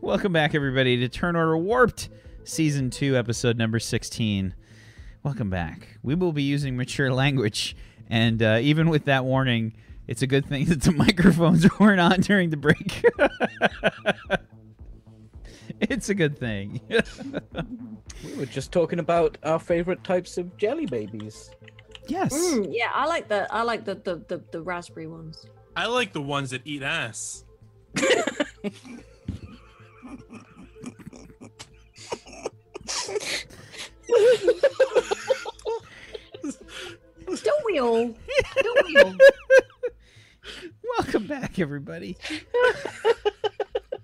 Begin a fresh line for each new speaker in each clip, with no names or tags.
Welcome back, everybody, to Turn Order Warped, Season 2, Episode Number 16. Welcome back. We will be using mature language, and uh, even with that warning, it's a good thing that the microphones weren't on during the break. it's a good thing.
We were just talking about our favorite types of jelly babies.
yes.
Mm, yeah, I like the I like the the, the, the raspberry ones.
I like the ones that eat ass.
Don't we all? Don't we all?
Welcome back, everybody.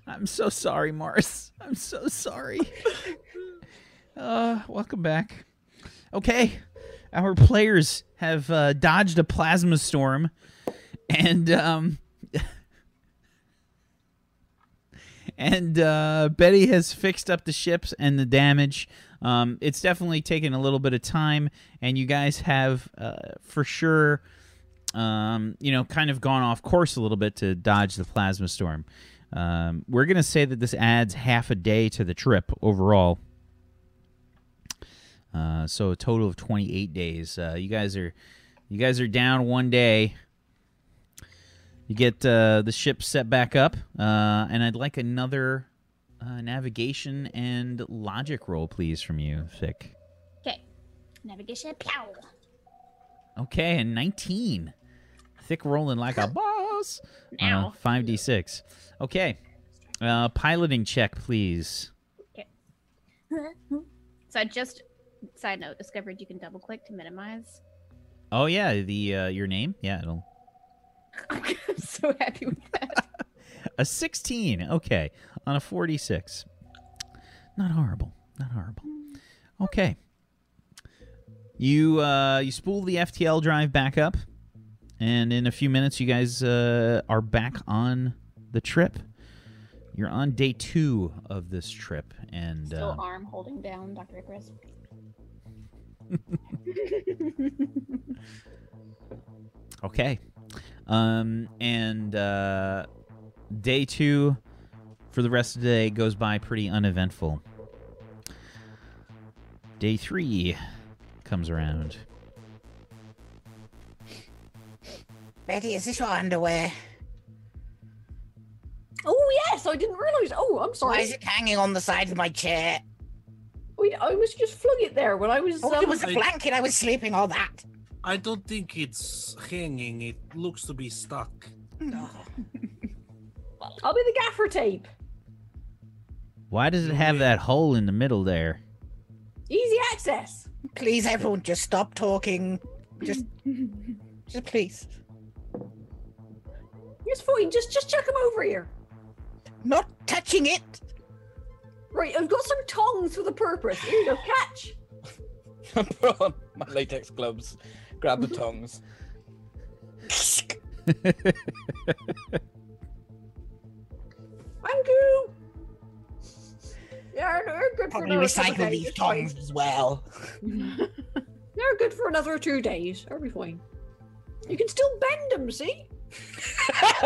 I'm so sorry, Morris. I'm so sorry. Uh, welcome back. Okay, our players have uh, dodged a plasma storm, and um, and uh, Betty has fixed up the ships and the damage. Um, it's definitely taken a little bit of time, and you guys have uh, for sure um, you know, kind of gone off course a little bit to dodge the plasma storm. Um, we're going to say that this adds half a day to the trip overall. Uh, so a total of 28 days. Uh, you guys are you guys are down one day. You get uh, the ship set back up, uh, and I'd like another uh, navigation and logic roll, please, from you, Vic.
Okay. Navigation. Pow.
Okay, and 19. Thick rolling like a boss.
Now.
Uh, 5d6. Okay. Uh, piloting check, please.
So I just, side note, discovered you can double click to minimize.
Oh yeah, the uh, your name? Yeah, it'll
I'm so happy with that.
a 16. Okay, on a 46. Not horrible. Not horrible. Okay. You uh, you spool the FTL drive back up, and in a few minutes, you guys uh, are back on the trip. You're on day two of this trip, and
Still
um,
arm holding down Dr. Icarus.
Okay. Um, and uh, day two for the rest of the day goes by pretty uneventful. Day three comes around.
Betty, is this your underwear?
Oh yes, I didn't realise. Oh, I'm
Why
sorry.
is it hanging on the side of my chair?
We, I was just flung it there when I was.
Oh,
um,
it was a
I-
blanket I was sleeping on that.
I don't think it's hanging. It looks to be stuck.
I'll be the gaffer tape.
Why does it have that hole in the middle there?
Easy access.
Please, everyone, just stop talking. Just, just please.
It's fine. Just just chuck him over here.
Not touching it.
Right, I've got some tongs for the purpose. Here you go. Catch.
I put on my latex gloves, grab the tongs.
Thank you. Yeah, they're good for
Probably
another couple
recycle
of days,
these
it's fine.
tongs as well.
They're good for another two days. That'll be fine. You can still bend them. See.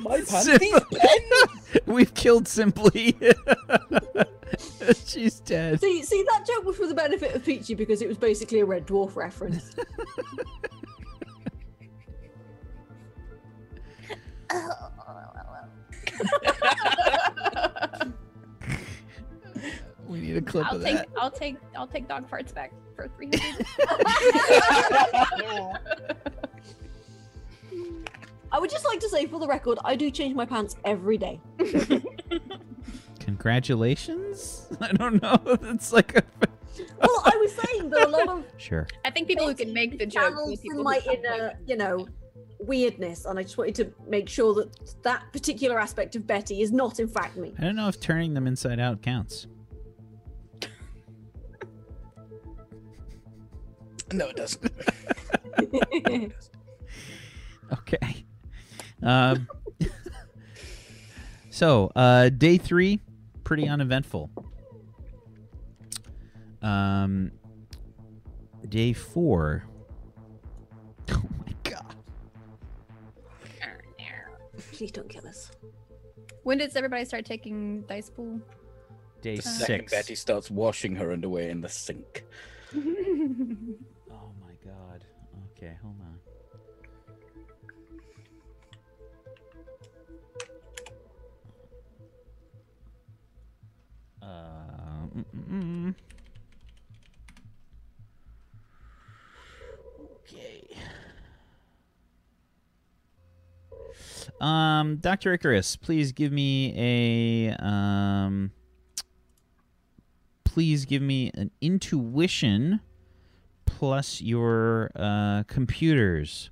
my pants.
Sim- We've killed Simply. She's dead.
See, see, that joke was for the benefit of Peachy because it was basically a Red Dwarf reference.
We need a clip
I'll
of
take,
that.
I'll take, I'll take dog farts back for 300.
I would just like to say, for the record, I do change my pants every day.
Congratulations? I don't know. It's like a.
Well, I was saying that a lot of
Sure.
I think people who can make the joke.
channels
need
from
people
my
who can't make
inner, you know, weirdness, and I just wanted to make sure that that particular aspect of Betty is not, in fact, me.
I don't know if turning them inside out counts.
No, it doesn't.
Okay. Um, so, uh, day three, pretty uneventful. Um, day four. Oh my god.
Please don't kill us.
When does everybody start taking dice pool?
Day
The second
six.
Betty starts washing her underwear in the sink.
Oh my god. Okay, hold on. Uh, mm, mm, mm. Okay. Um, Doctor Icarus, please give me a um. Please give me an intuition plus your uh, computers.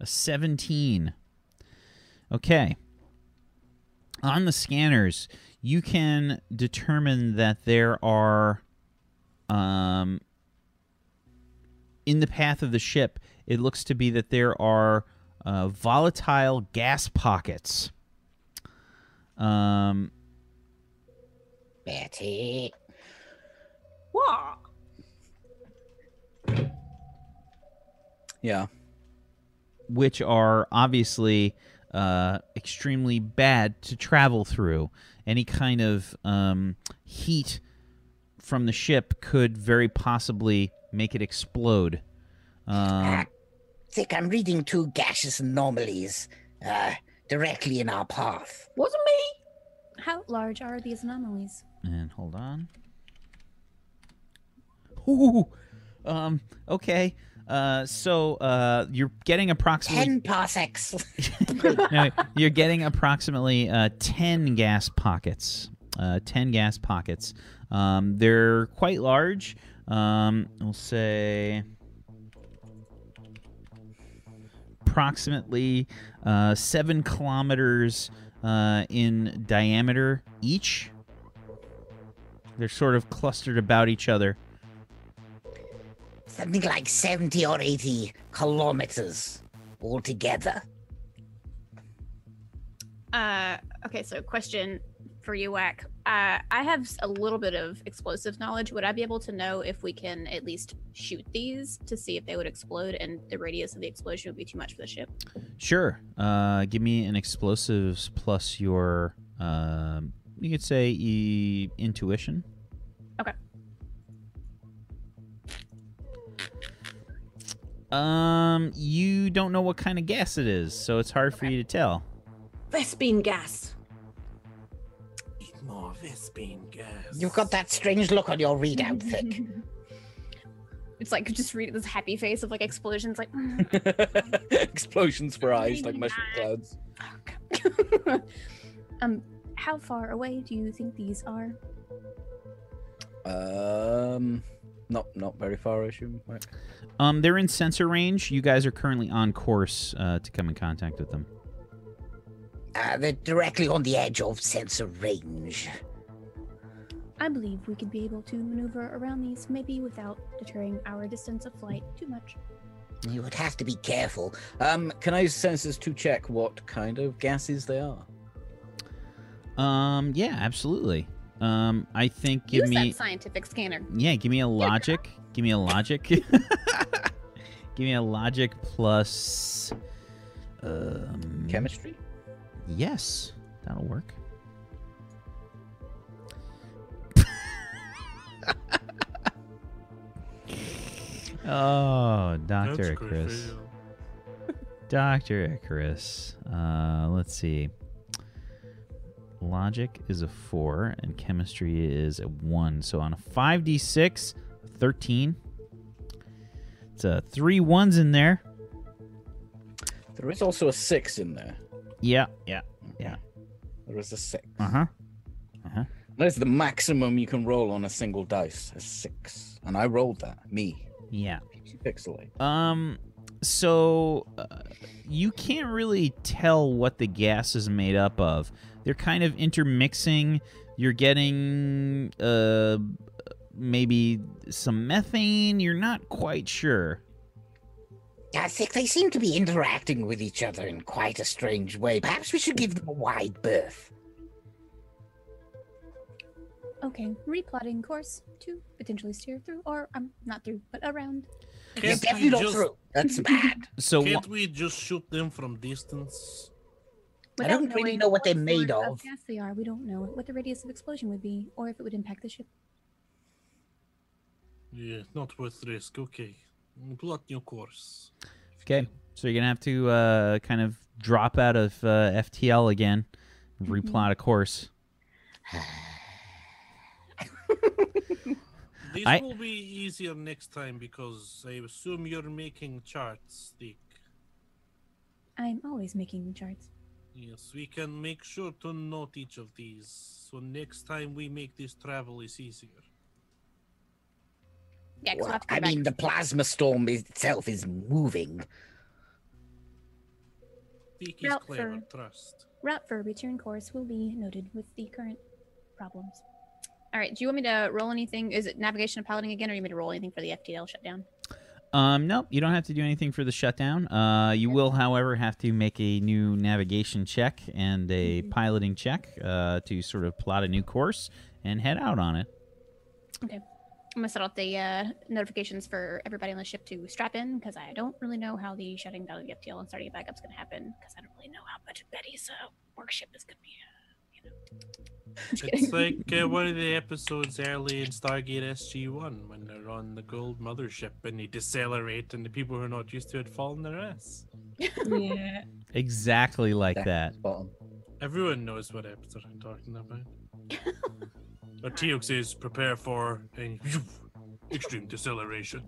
A 17. Okay. On the scanners, you can determine that there are, um, in the path of the ship, it looks to be that there are uh, volatile gas pockets. Um,
Betty.
What?
Yeah.
which are obviously uh, extremely bad to travel through. Any kind of um, heat from the ship could very possibly make it explode. Um,
Thick, I'm reading two gaseous anomalies uh, directly in our path.
Wasn't me.
How large are these anomalies?
and hold on. Ooh, um, okay. Uh, so uh, you're getting
Hmm.
approximately
Ten parsecs.
No, you're getting approximately uh, 10 gas pockets. Uh, 10 gas pockets. Um, they're quite large. Um, we'll say approximately uh, 7 kilometers uh, in diameter each. They're sort of clustered about each other.
Something like 70 or 80 kilometers altogether.
Uh, okay, so question for you, Wack. Uh, I have s- a little bit of explosive knowledge. Would I be able to know if we can at least shoot these to see if they would explode and the radius of the explosion would be too much for the ship?
Sure. Uh, give me an explosives plus your, um, you could say, e- intuition.
Okay.
Um, you don't know what kind of gas it is, so it's hard for you to tell.
Vespine gas.
Eat more Vespine gas.
You've got that strange look on your readout, Thick.
It's like just read this happy face of like explosions, like. "Mm,
Explosions for eyes like mushroom clouds.
um, how far away do you think these are?
Um, not not very far, I assume. Right.
Um, they're in sensor range. You guys are currently on course uh, to come in contact with them.
Uh, they're directly on the edge of sensor range.
I believe we could be able to maneuver around these, maybe without deterring our distance of flight too much.
You would have to be careful.
Um, can I use sensors to check what kind of gases they are?
Um, yeah, absolutely. Um, I think give
Use
me
that scientific scanner.
Yeah, give me a logic. Give me a logic. give me a logic plus. Um,
Chemistry.
Yes, that'll work. oh,
That's
Doctor
good for
Chris.
you.
Dr. Icarus. Uh, let's see. Logic is a 4 and chemistry is a 1. So on a 5d6, 13. It's uh, three ones in there.
There is also a six in there.
Yeah, yeah.
There is a six.
Uh huh.
That is the maximum you can roll on a single dice. A six, and I rolled that. Me.
Yeah.
Pixelate.
Um, so uh, you can't really tell what the gas is made up of. They're kind of intermixing. You're getting uh maybe some methane. You're not quite sure.
I think they seem to be interacting with each other in quite a strange way. Perhaps we should give them a wide berth.
Okay, replotting course to the potentially steer through, or um, not through, but around.
It's
Can't
definitely
we
not
just
through. That's bad.
So wha-
can't we just shoot them from distance?
I don't
Without
really
knowing
know what they're
sort
made of.
Gas they are. We don't know what the radius of explosion would be, or if it would impact the ship.
Yeah, not worth risk. Okay, plot new course.
okay, so you're gonna have to uh, kind of drop out of uh, FTL again, replot a course.
This
I-
will be easier next time because I assume you're making charts, Dick.
I'm always making charts.
Yes, we can make sure to note each of these, so next time we make this travel is easier.
Yeah, 'cause we'll
Well,
have to
I
come back.
mean, the plasma storm itself is moving.
Dick is
Well,
clever,
for-
trust.
Route for return course will be noted with the current problems. All right. Do you want me to roll anything? Is it navigation and piloting again, or you want me to roll anything for the FTL shutdown?
Um, no, you don't have to do anything for the shutdown. Uh, you will, however, have to make a new navigation check and a
Mhm.
piloting check uh, to sort of plot a new course and head out on it.
I'm gonna set out the uh, notifications for everybody on the ship to strap in because I don't really know how the shutting down of the FTL and starting it back up is gonna happen because I don't really know how much of Betty's uh, workship is gonna be. Uh, you
It's
know.
like uh, one of the episodes early in Stargate SG-1 when they're on the gold mothership and they decelerate and the people who are not used to it fall on their ass.
Yeah.
Exactly like that.
Bottom.
Everyone knows what episode I'm talking about. But Teox is prepare for an extreme deceleration.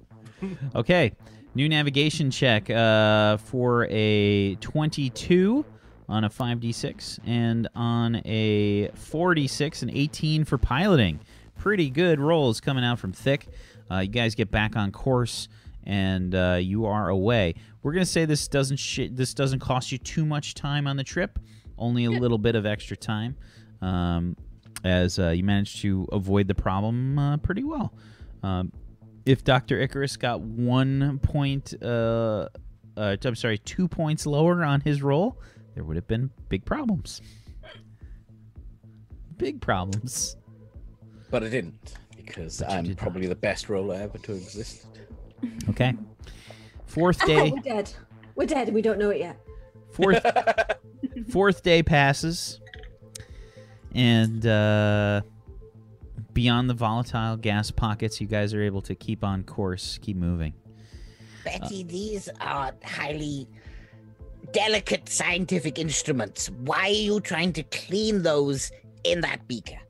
Okay, new navigation check uh, for a 22 on a 5d6 and on a 46 and 18 for piloting. Pretty good rolls coming out from Thick. Uh, you guys get back on course and uh, you are away. We're gonna say this doesn't sh- this doesn't cost you too much time on the trip, only a little bit of extra time, um, as uh, you managed to avoid the problem uh, pretty well. Um, if Dr. Icarus got one point, uh, uh, I'm sorry, two points lower on his roll, there would have been big problems. Big problems.
But I didn't because
you
I'm
did
probably the best roller ever to exist.
Okay. Fourth
Oh,
day,
we're dead. We're dead and we don't know it yet.
fourth, fourth day passes, and uh, beyond the volatile gas pockets, you guys are able to keep on course, keep moving.
Betty, these are highly delicate scientific instruments. Why are you trying to clean those in that beaker?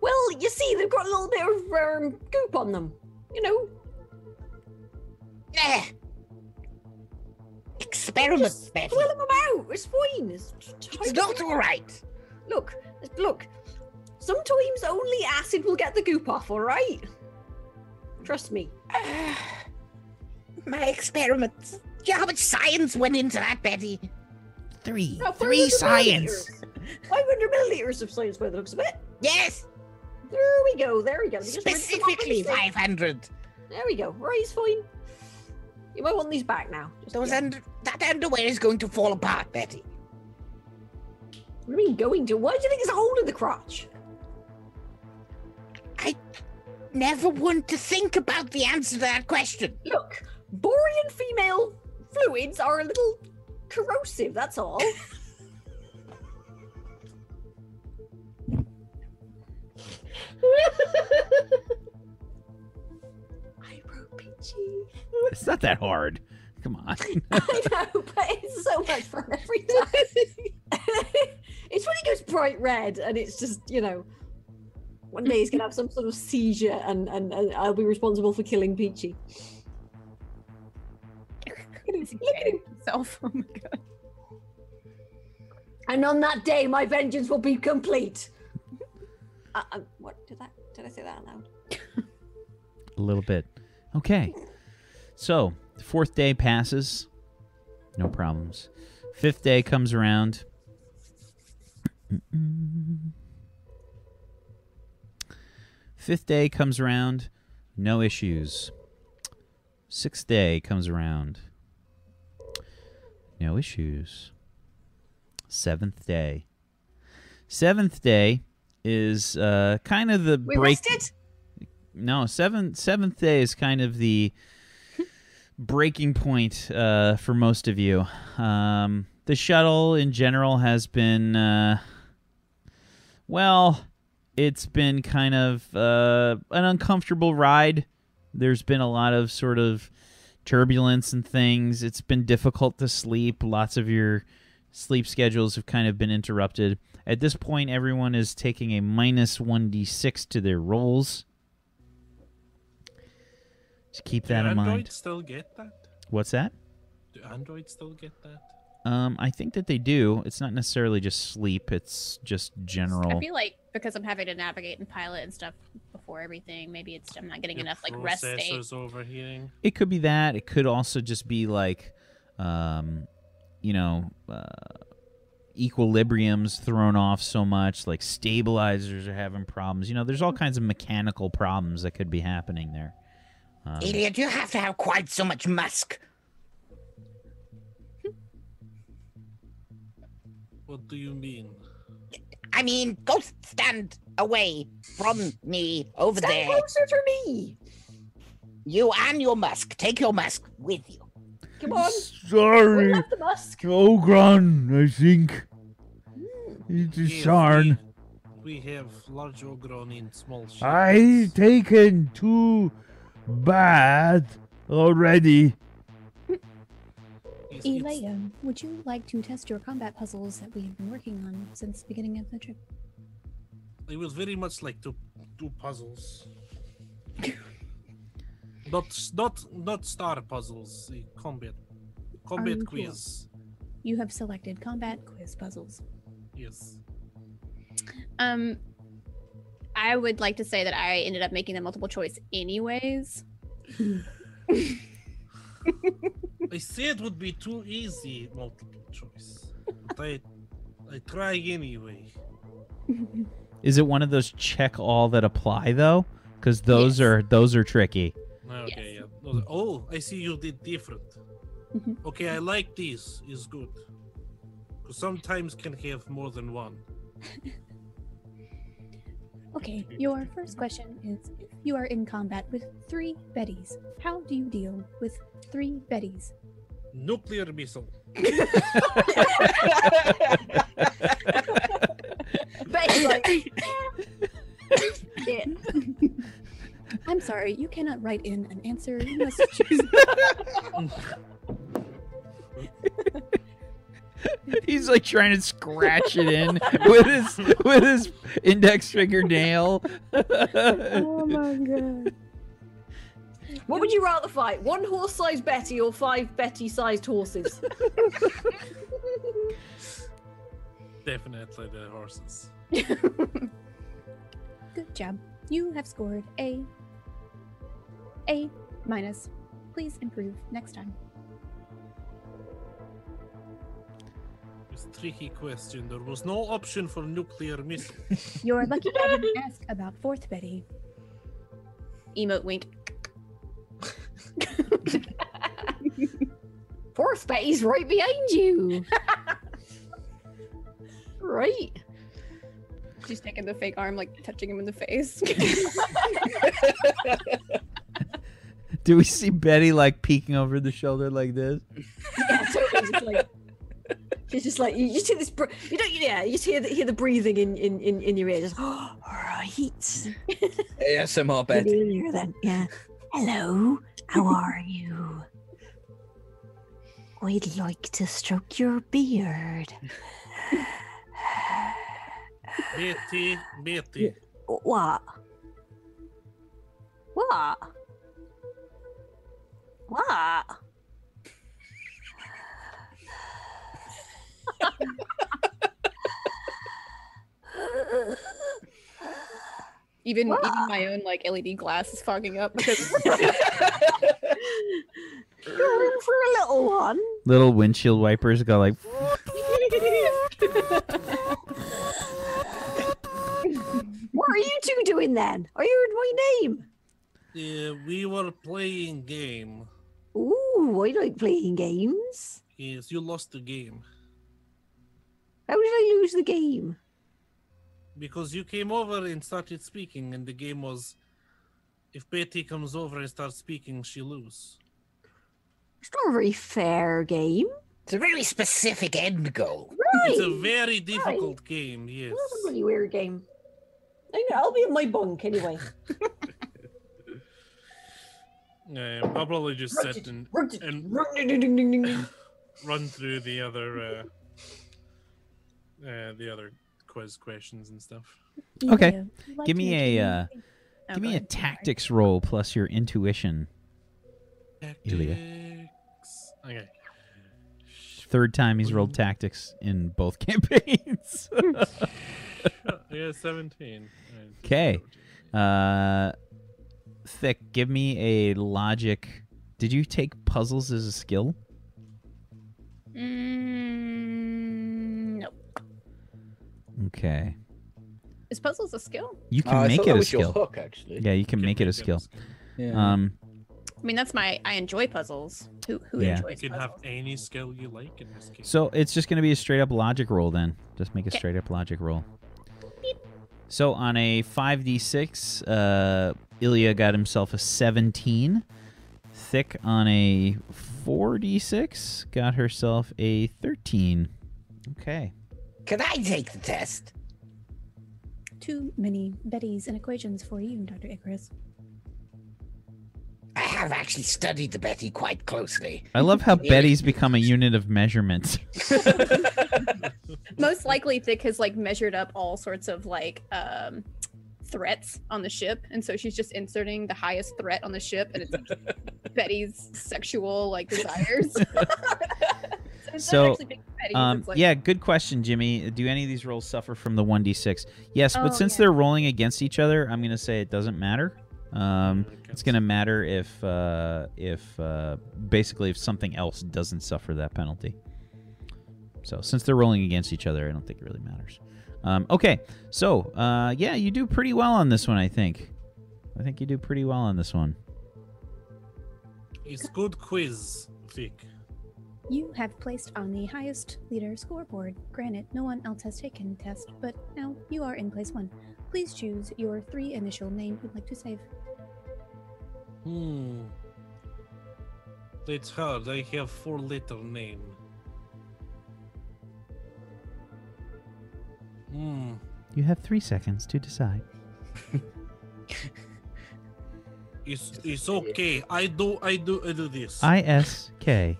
Well, you see, they've got a little bit of um, goop on them. You know,
Eh. Experiments,
just
Betty.
swirl them about. It's fine. It's,
It's not all right.
Look, look. Sometimes only acid will get the goop off, all right? Trust me.
Ah, My experiments. Do you know how much science went into that, Betty?
Three.
About
Three
500
science.
milliliters. 500 milliliters of science by the looks of it.
Yes,
There we go. There we go. They just went to the market
specifically
instead.
500.
There we go. Right, it's fine. You might want these back now. Just,
Those
yeah.
under- that underwear is going to fall apart, Betty.
What do you mean going to? Why do you think there's a hole in the crotch?
Never want to think about the answer to that question.
Look, borean female fluids are a little corrosive, that's all. I wrote Peachy.
It's not that hard. Come on.
I know, but it's so much fun every time. it's when it goes bright red and it's just, you know, one day he's going to have some sort of seizure and, and, and I'll be responsible for killing Peachy. Look at him.
Self. Oh my god.
And on that day, my vengeance will be complete. Uh, uh, what did that? Did I say that out loud?
A little bit. Okay. So, the fourth day passes. No problems. Fifth day comes around. Fifth day comes around. No issues. Sixth day comes around. No issues. Seventh day. Seventh day is uh, kind of the
We
break.
rested.
no seventh seventh day is kind of the breaking point uh, for most of you. Um, the shuttle in general has been uh, well, it's been kind of uh, an uncomfortable ride. There's been a lot of sort of turbulence and things. It's been difficult to sleep. Lots of your sleep schedules have kind of been interrupted. At this point, everyone is taking a minus 1d6 to their rolls. Just keep that
Do
in
Android
mind.
still get that?
What's that?
Do Android still get that?
Um, I think that they do. It's not necessarily just sleep. It's just general.
I feel like because I'm having to navigate and pilot and stuff before everything, maybe it's I'm not getting
Your
enough like rest state.
processor's overheating.
It could be that. It could also just be like, um, you know, uh, equilibrium's thrown off so much. Like stabilizers are having problems. You know, there's all kinds of mechanical problems that could be happening there. Um,
Elliot, you have to have quite so much musk.
What do you mean?
I mean, go stand away from me over
Stand
there.
closer to me.
You and your musk. Take your musk with you.
Come on.
Sorry,
We'll have the musk.
Ogron. I think it's
Yes, We, we have large ogron in small ships.
taken two baths already.
Yes, it's-
Elia, would you like to test your combat puzzles that we have been working on since the beginning of the trip?
I would very much like to do puzzles. not s- not not star puzzles. the Combat combat
Unusual.
quiz.
You have selected combat quiz puzzles.
Yes.
Um, I would like to say that I ended up making the multiple choice anyways.
I said it would be too easy multiple choice. But I I try anyway.
Is it one of those check all that apply though? Because those
Yes.
are those are tricky.
Okay. Yeah. No, Oh, I see you did different.
Mhm.
Okay, I like this. Is good. 'Cause sometimes can have more than one.
Okay, your first question is if you are in combat with three Bettys, how do you deal with three Bettys?
Nuclear missile.
Betty's like,
Yeah.
I'm sorry, you cannot write in an answer. You must choose.
He's like trying to scratch it in with his with his index fingernail.
oh my god.
what would you rather fight? One horse-sized Betty or five Betty-sized horses?
Definitely the horses.
Good job. You have scored a A minus. Please improve next time.
It's a tricky question. There was no option for nuclear missile.
You're lucky I didn't ask about fourth Betty.
Emote wink.
Fourth Betty's right behind you. right.
She's taking the fake arm, like touching him in the face.
Do we see Betty like peeking over the shoulder like this?
Yeah, totally. Just like, she's just like you. Just hear this. Br- you don't. Yeah, you just hear the, hear the breathing in in in, in your ear. Just all right.
ASMR
Good
Betty.
evening, then. Yeah. Hello. How are you? We'd like to stroke your beard.
Betty, Betty.
What? What? What?
even even my own like LED glass is fogging up because
You're in for a little one.
Little windshield wipers go like
What are you two doing then? I heard my name.
Uh, we were playing game.
Ooh, I like playing games.
Yes, you lost the game
How did I lose the game?
because you came over and started speaking, and the game was If Betty comes over and starts speaking, she lose.
It's not a very fair game.
It's a very specific end goal.
It's a
Right.
very difficult game, yes.
That's a really weird game.
I know, I'll be in my bunk anyway.
Um, I'll probably just sit and, and run through the other uh, uh, the other quiz questions and stuff.
Okay.
Yu-Gi-Oh. You like
Give me
making
a, uh,
Oh,
Give
go
me a
ahead.
tactics roll plus your intuition. Ilya.
Tactics. Okay.
Third time he's rolled tactics in both campaigns.
Yeah, seventeen. Alright, so
'Kay.
17.
uh, Thick, give me a logic. Did you take puzzles as a skill?
Mm, no.
Okay.
Is puzzles a skill?
You
Oh,
can
I
make
thought
it
that
a
was your
skill.
hook, actually.
Yeah, you can
Can
make it a
make
skill.
Yeah.
Um,
I mean, that's my. I enjoy puzzles. Who who
Yeah.
enjoys
You can have
puzzles?
any skill you like in this game.
so it's just going to be a straight up logic roll then. Just make a
Okay.
straight up logic roll. So on a 5d6, uh, Ilya got himself a 17. Thick on a 4d6 got herself a 13. Okay.
Can I take the test?
Too many Bettys and equations for you, Dr. Icarus.
I have actually studied the Betty quite closely.
I love how
Yeah.
Betty's become a unit of measurement.
Most likely, Thick has like measured up all sorts of like um threats on the ship, and so she's just inserting the highest threat on the ship, and it's Betty's sexual like desires. so instead of
So,
actually being Betty's,
Um,
it's like,
yeah, good question, Jimmy. Do any of these rolls suffer from the 1d6? Yes,
Oh,
but since
yeah.
they're rolling against each other, I'm going to say it doesn't matter. Um,
Okay.
it's going to matter if, uh, if uh, basically, if something else doesn't suffer that penalty. So since they're rolling against each other, I don't think it really matters. Um, okay, so uh, yeah, you do pretty well on this one, I think. I think you do pretty well on this one.
It's good quiz, Vic.
You have placed on the highest leader scoreboard. Granted, no one else has taken the test, but now you are in place one. Please choose your three initial name you'd like to save.
Hmm. That's hard. I have four letter name. Hmm.
You have three seconds to decide.
It's it's okay. I do I do I do this.
I S K.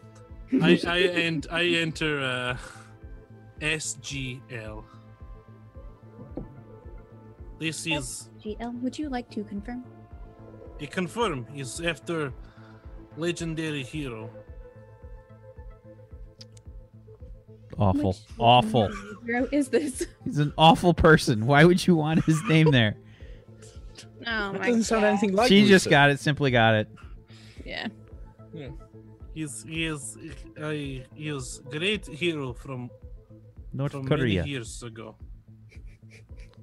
I I and I enter uh SGL. This is
GL, would you like to confirm?
it confirm is after legendary hero.
Awful.
Which
Awful.
Where is this?
He's an awful person. Why would you want his name there?
Oh
That
my
doesn't sound
God.
anything like
she just
Rooster.
got it. Simply got it.
Yeah.
He's he is I he is great hero from
North
from
Korea.
many years ago.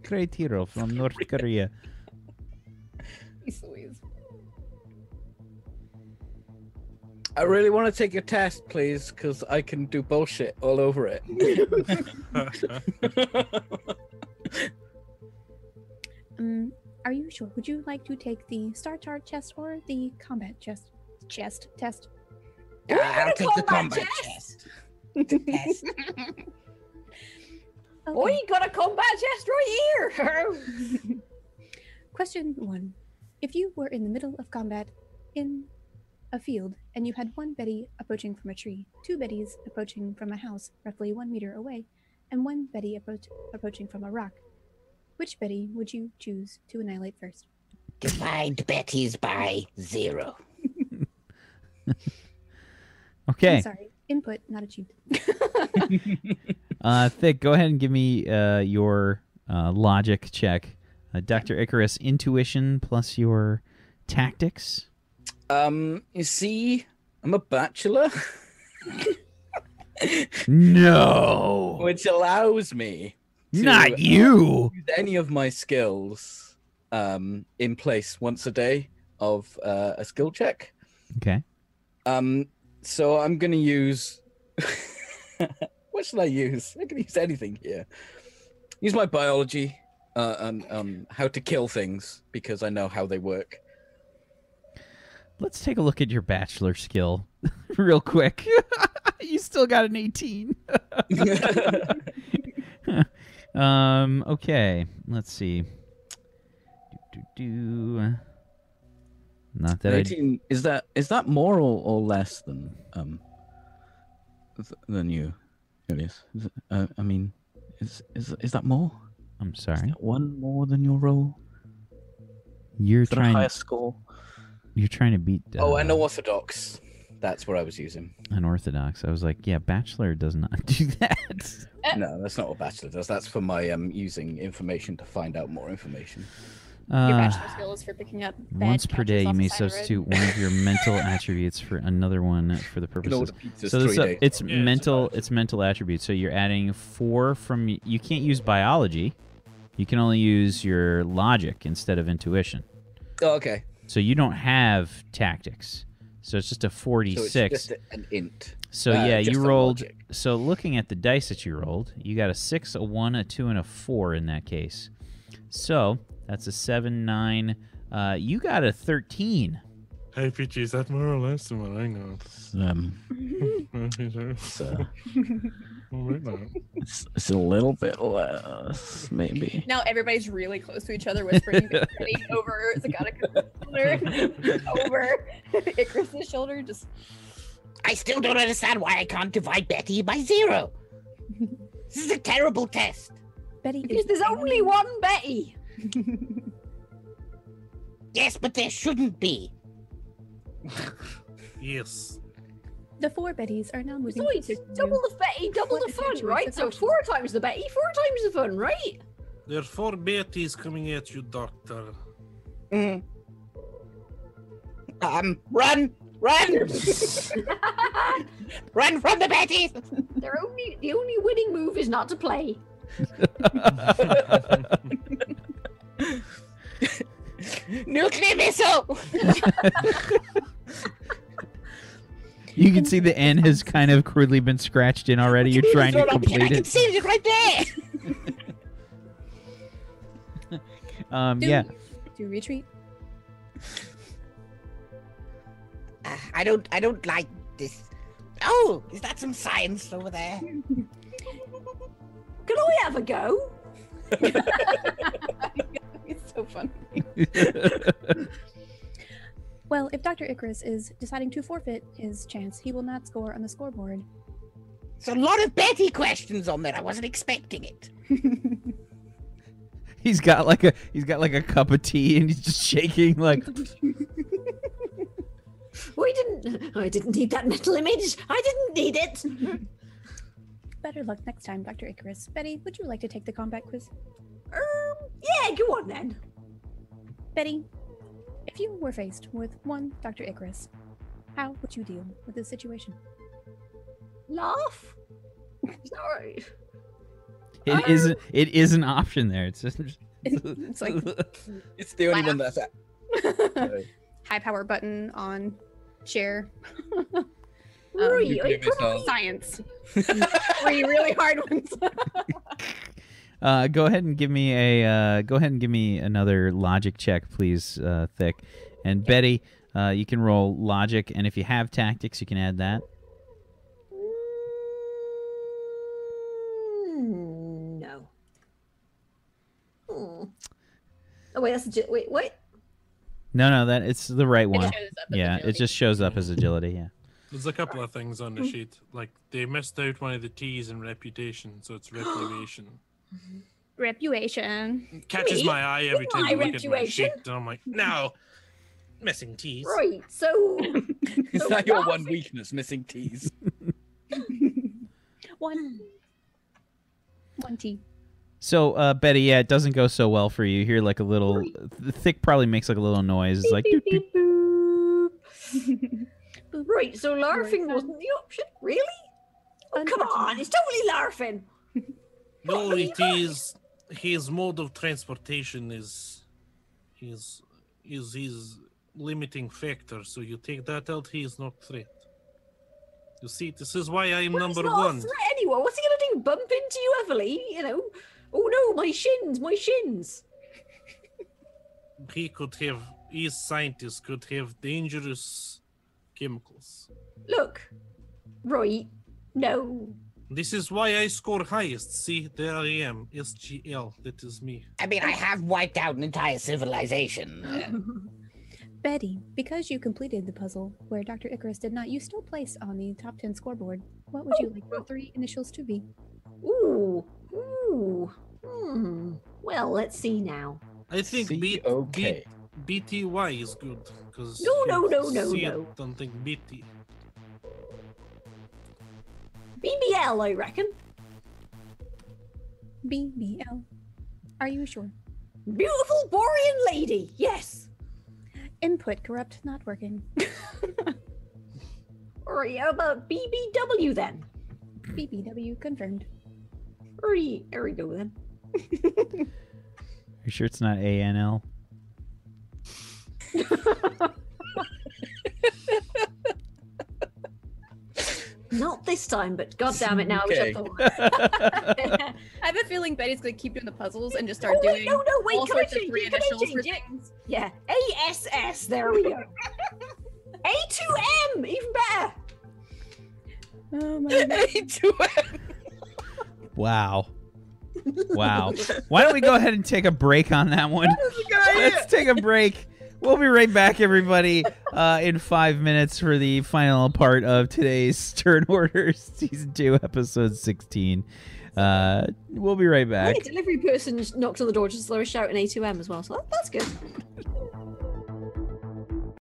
Great hero from North Korea.
Jeez Louise.
I really want to take your test, please, because I can do bullshit all over it.
Um, are you sure? Would you like to take the star chart test or the combat chest? Chest test.
Uh, I'll take the combat
chest.
test.
Or you got a combat chest right here.
Question one. If you were in the middle of combat in a field and you had one Betty approaching from a tree, two Bettys approaching from a house roughly one meter away, and one Betty appro- approaching from a rock, which Betty would you choose to annihilate first?
Divide Betty's by zero.
I'm
Okay.
sorry, input not achieved.
Uh, Thick, go ahead and give me uh, your uh, logic check. Uh, Dr. Icarus, intuition plus your tactics.
Um, you see, I'm a bachelor,
No.
which allows me to, uh,
Not you.
use any of my skills um in place once a day of uh, a skill check.
Okay.
Um, so I'm gonna use. what should I use? I can use anything here. Use my biology uh, and um, how to kill things because I know how they work.
Let's take a look at your bachelor skill real quick. you still got an 18. Um, okay. Let's see. Do, do, do. Not that I
Eighteen is that is that more or, or less than um th- than you, Ilias? Is it- uh, I mean, is is is that more?
I'm
Is
sorry.
that one more than your roll?
You're
Is that a
trying.
higher score?
You're trying to beat. Uh,
oh, and orthodox. That's what I was using.
Unorthodox. I was like, yeah, bachelor does not do that.
No, that's not what bachelor does. That's for my um using information to find out more information.
Your
Uh,
bachelor skill is for picking up bad
once per
couches
day, you
off the
may
side of the road.
substitute one of your mental attributes for another one for the purposes
pizza's
so this, uh, it's
Yeah, it's
mental
about-
it's, mental attributes so you're adding four from y- you can't use biology you can only use your logic instead of intuition
Oh, okay.
so you don't have tactics so it's just a
So
46
it's just a- an int.
so
Uh,
yeah
just
you
the
rolled
logic.
so looking at the dice that you rolled you got a 6 a 1 a 2 and a 4 in that case so that's a 7 9 uh, you got a 13
Hey, Peachy, is that more or less than what I know?
It's, um, it's, uh,
All right now.
it's, it's a little bit less, maybe.
Now everybody's really close to each other, whispering Betty over Zakata's shoulder, over Icarus's shoulder. Just
I still don't understand why I can't divide Betty by zero. this is a terrible test.
Betty
Because
is
there's only one Betty.
Yes, but there shouldn't be.
Yes.
the four Bettys are now moving.
So it's
to-
double the Betty, double
What
the
is that
fun,
choice?
right?
That's
So
not-
four times the Betty, four times the fun, right?
There are four Beatties coming at you, Doctor.
Mm. Um, run, run, run from the Betty.
Their only the only winning move is not to play.
Nuclear missile.
you can see the n has kind of crudely been scratched in already you're trying to
Throw it up here. I
complete
can
it
see it right there.
um,
Do
yeah
do retreat.
Uh, I don't, I don't like this. Oh, is that some science over there?
Can I have a go?
it's so fun.
Well, if Dr. Icarus is deciding to forfeit his chance, he will not score on the scoreboard.
It's a lot of Betty questions on there. I wasn't expecting it.
He's got like a he's got like a cup of tea and he's just shaking like
I didn't I didn't need that mental image. I didn't need it.
Better luck next time, Dr. Icarus. Betty, would you like to take the combat quiz?
Um yeah, go on then.
Betty, if you were faced with one Dr. Icarus, how would you deal with this situation?
Laugh. It's not right.
it isn't it is an option there. It's just
it's like
It's the only
Laugh.
one that's at.
High power button on share Um,
Right. I probably
science. Three really hard ones.
uh, go ahead and give me a uh, go ahead and give me another logic check, please, uh, thick. And Betty, uh, you can roll logic, and if you have tactics, you can add that.
Mm, no. Hmm. Oh wait, that's a, wait, what?
No, no, that it's the right
It
one.
shows up as
Yeah, it
agility.
just shows up as agility. Yeah.
There's a couple of things on the
Hmm.
sheet. Like, they missed out one of the T's in reputation, so it's reputation.
reputation.
Catches
Me?
my eye every
With
time
my
I look at my sheet,
reputation?
and I'm like, no! Missing T's.
Right. So
Is
So
that your one
laughing.
weakness, missing T's?
one. One T.
So, uh, Betty, yeah, it doesn't go so well for you. You hear like a little th- thick probably makes like a little noise. It's like doot, doot,
Beep, boop. right, so laughing wasn't the option, really? Oh, come on, it's totally laughing.
No, it is his mode of transportation is is is his limiting factor. So you take that out, he is not threat. You see, this is why I am
Well,
number
it's not A
one.
threat anyway. What's he gonna do? Bump into you, Everly? You know? Oh no, my shins, my shins.
He could have these scientists could have dangerous chemicals.
Look, right. No.
This is why I score highest. See, there I am. SGL, that is me.
I mean, I have wiped out an entire civilization. Uh,
Betty, because you completed the puzzle where Dr. Icarus did not, you still place on the top 10 scoreboard. What would you
Oh.
like your three initials to be?
Ooh. Ooh. Hmm. Well, let's see now.
I think B-
okay.
B- BTY is good. Cause
No,
you
no, no, no,
see it,
no.
Don't think BT.
BBL, I reckon.
BBL. Are you sure?
Beautiful Borean lady. Yes.
Input corrupt, not working.
Or how about BBW then?
BBW confirmed.
Or there we go then.
you sure it's not ANL?
Not this time, but god damn it now. I wish
Okay.
I'd thought.
I have a feeling Betty's gonna keep doing the puzzles and just start
oh, wait,
doing
no, no, wait,
all
can I
sorts of
change
three
it? Can I
initials for
change it?
things.
Yeah, ASS, there we go. A2M, even better.
Oh my god.
Wow. Wow. Why don't we go ahead and take a break on that one? Let's take a break. We'll be right back, everybody, uh, in five minutes for the final part of today's Stern Orders Season 2, Episode 16. Uh, we'll be right
I
back.
think a delivery person knocked on the door just to let us shout an A2M as well, so that, that's good.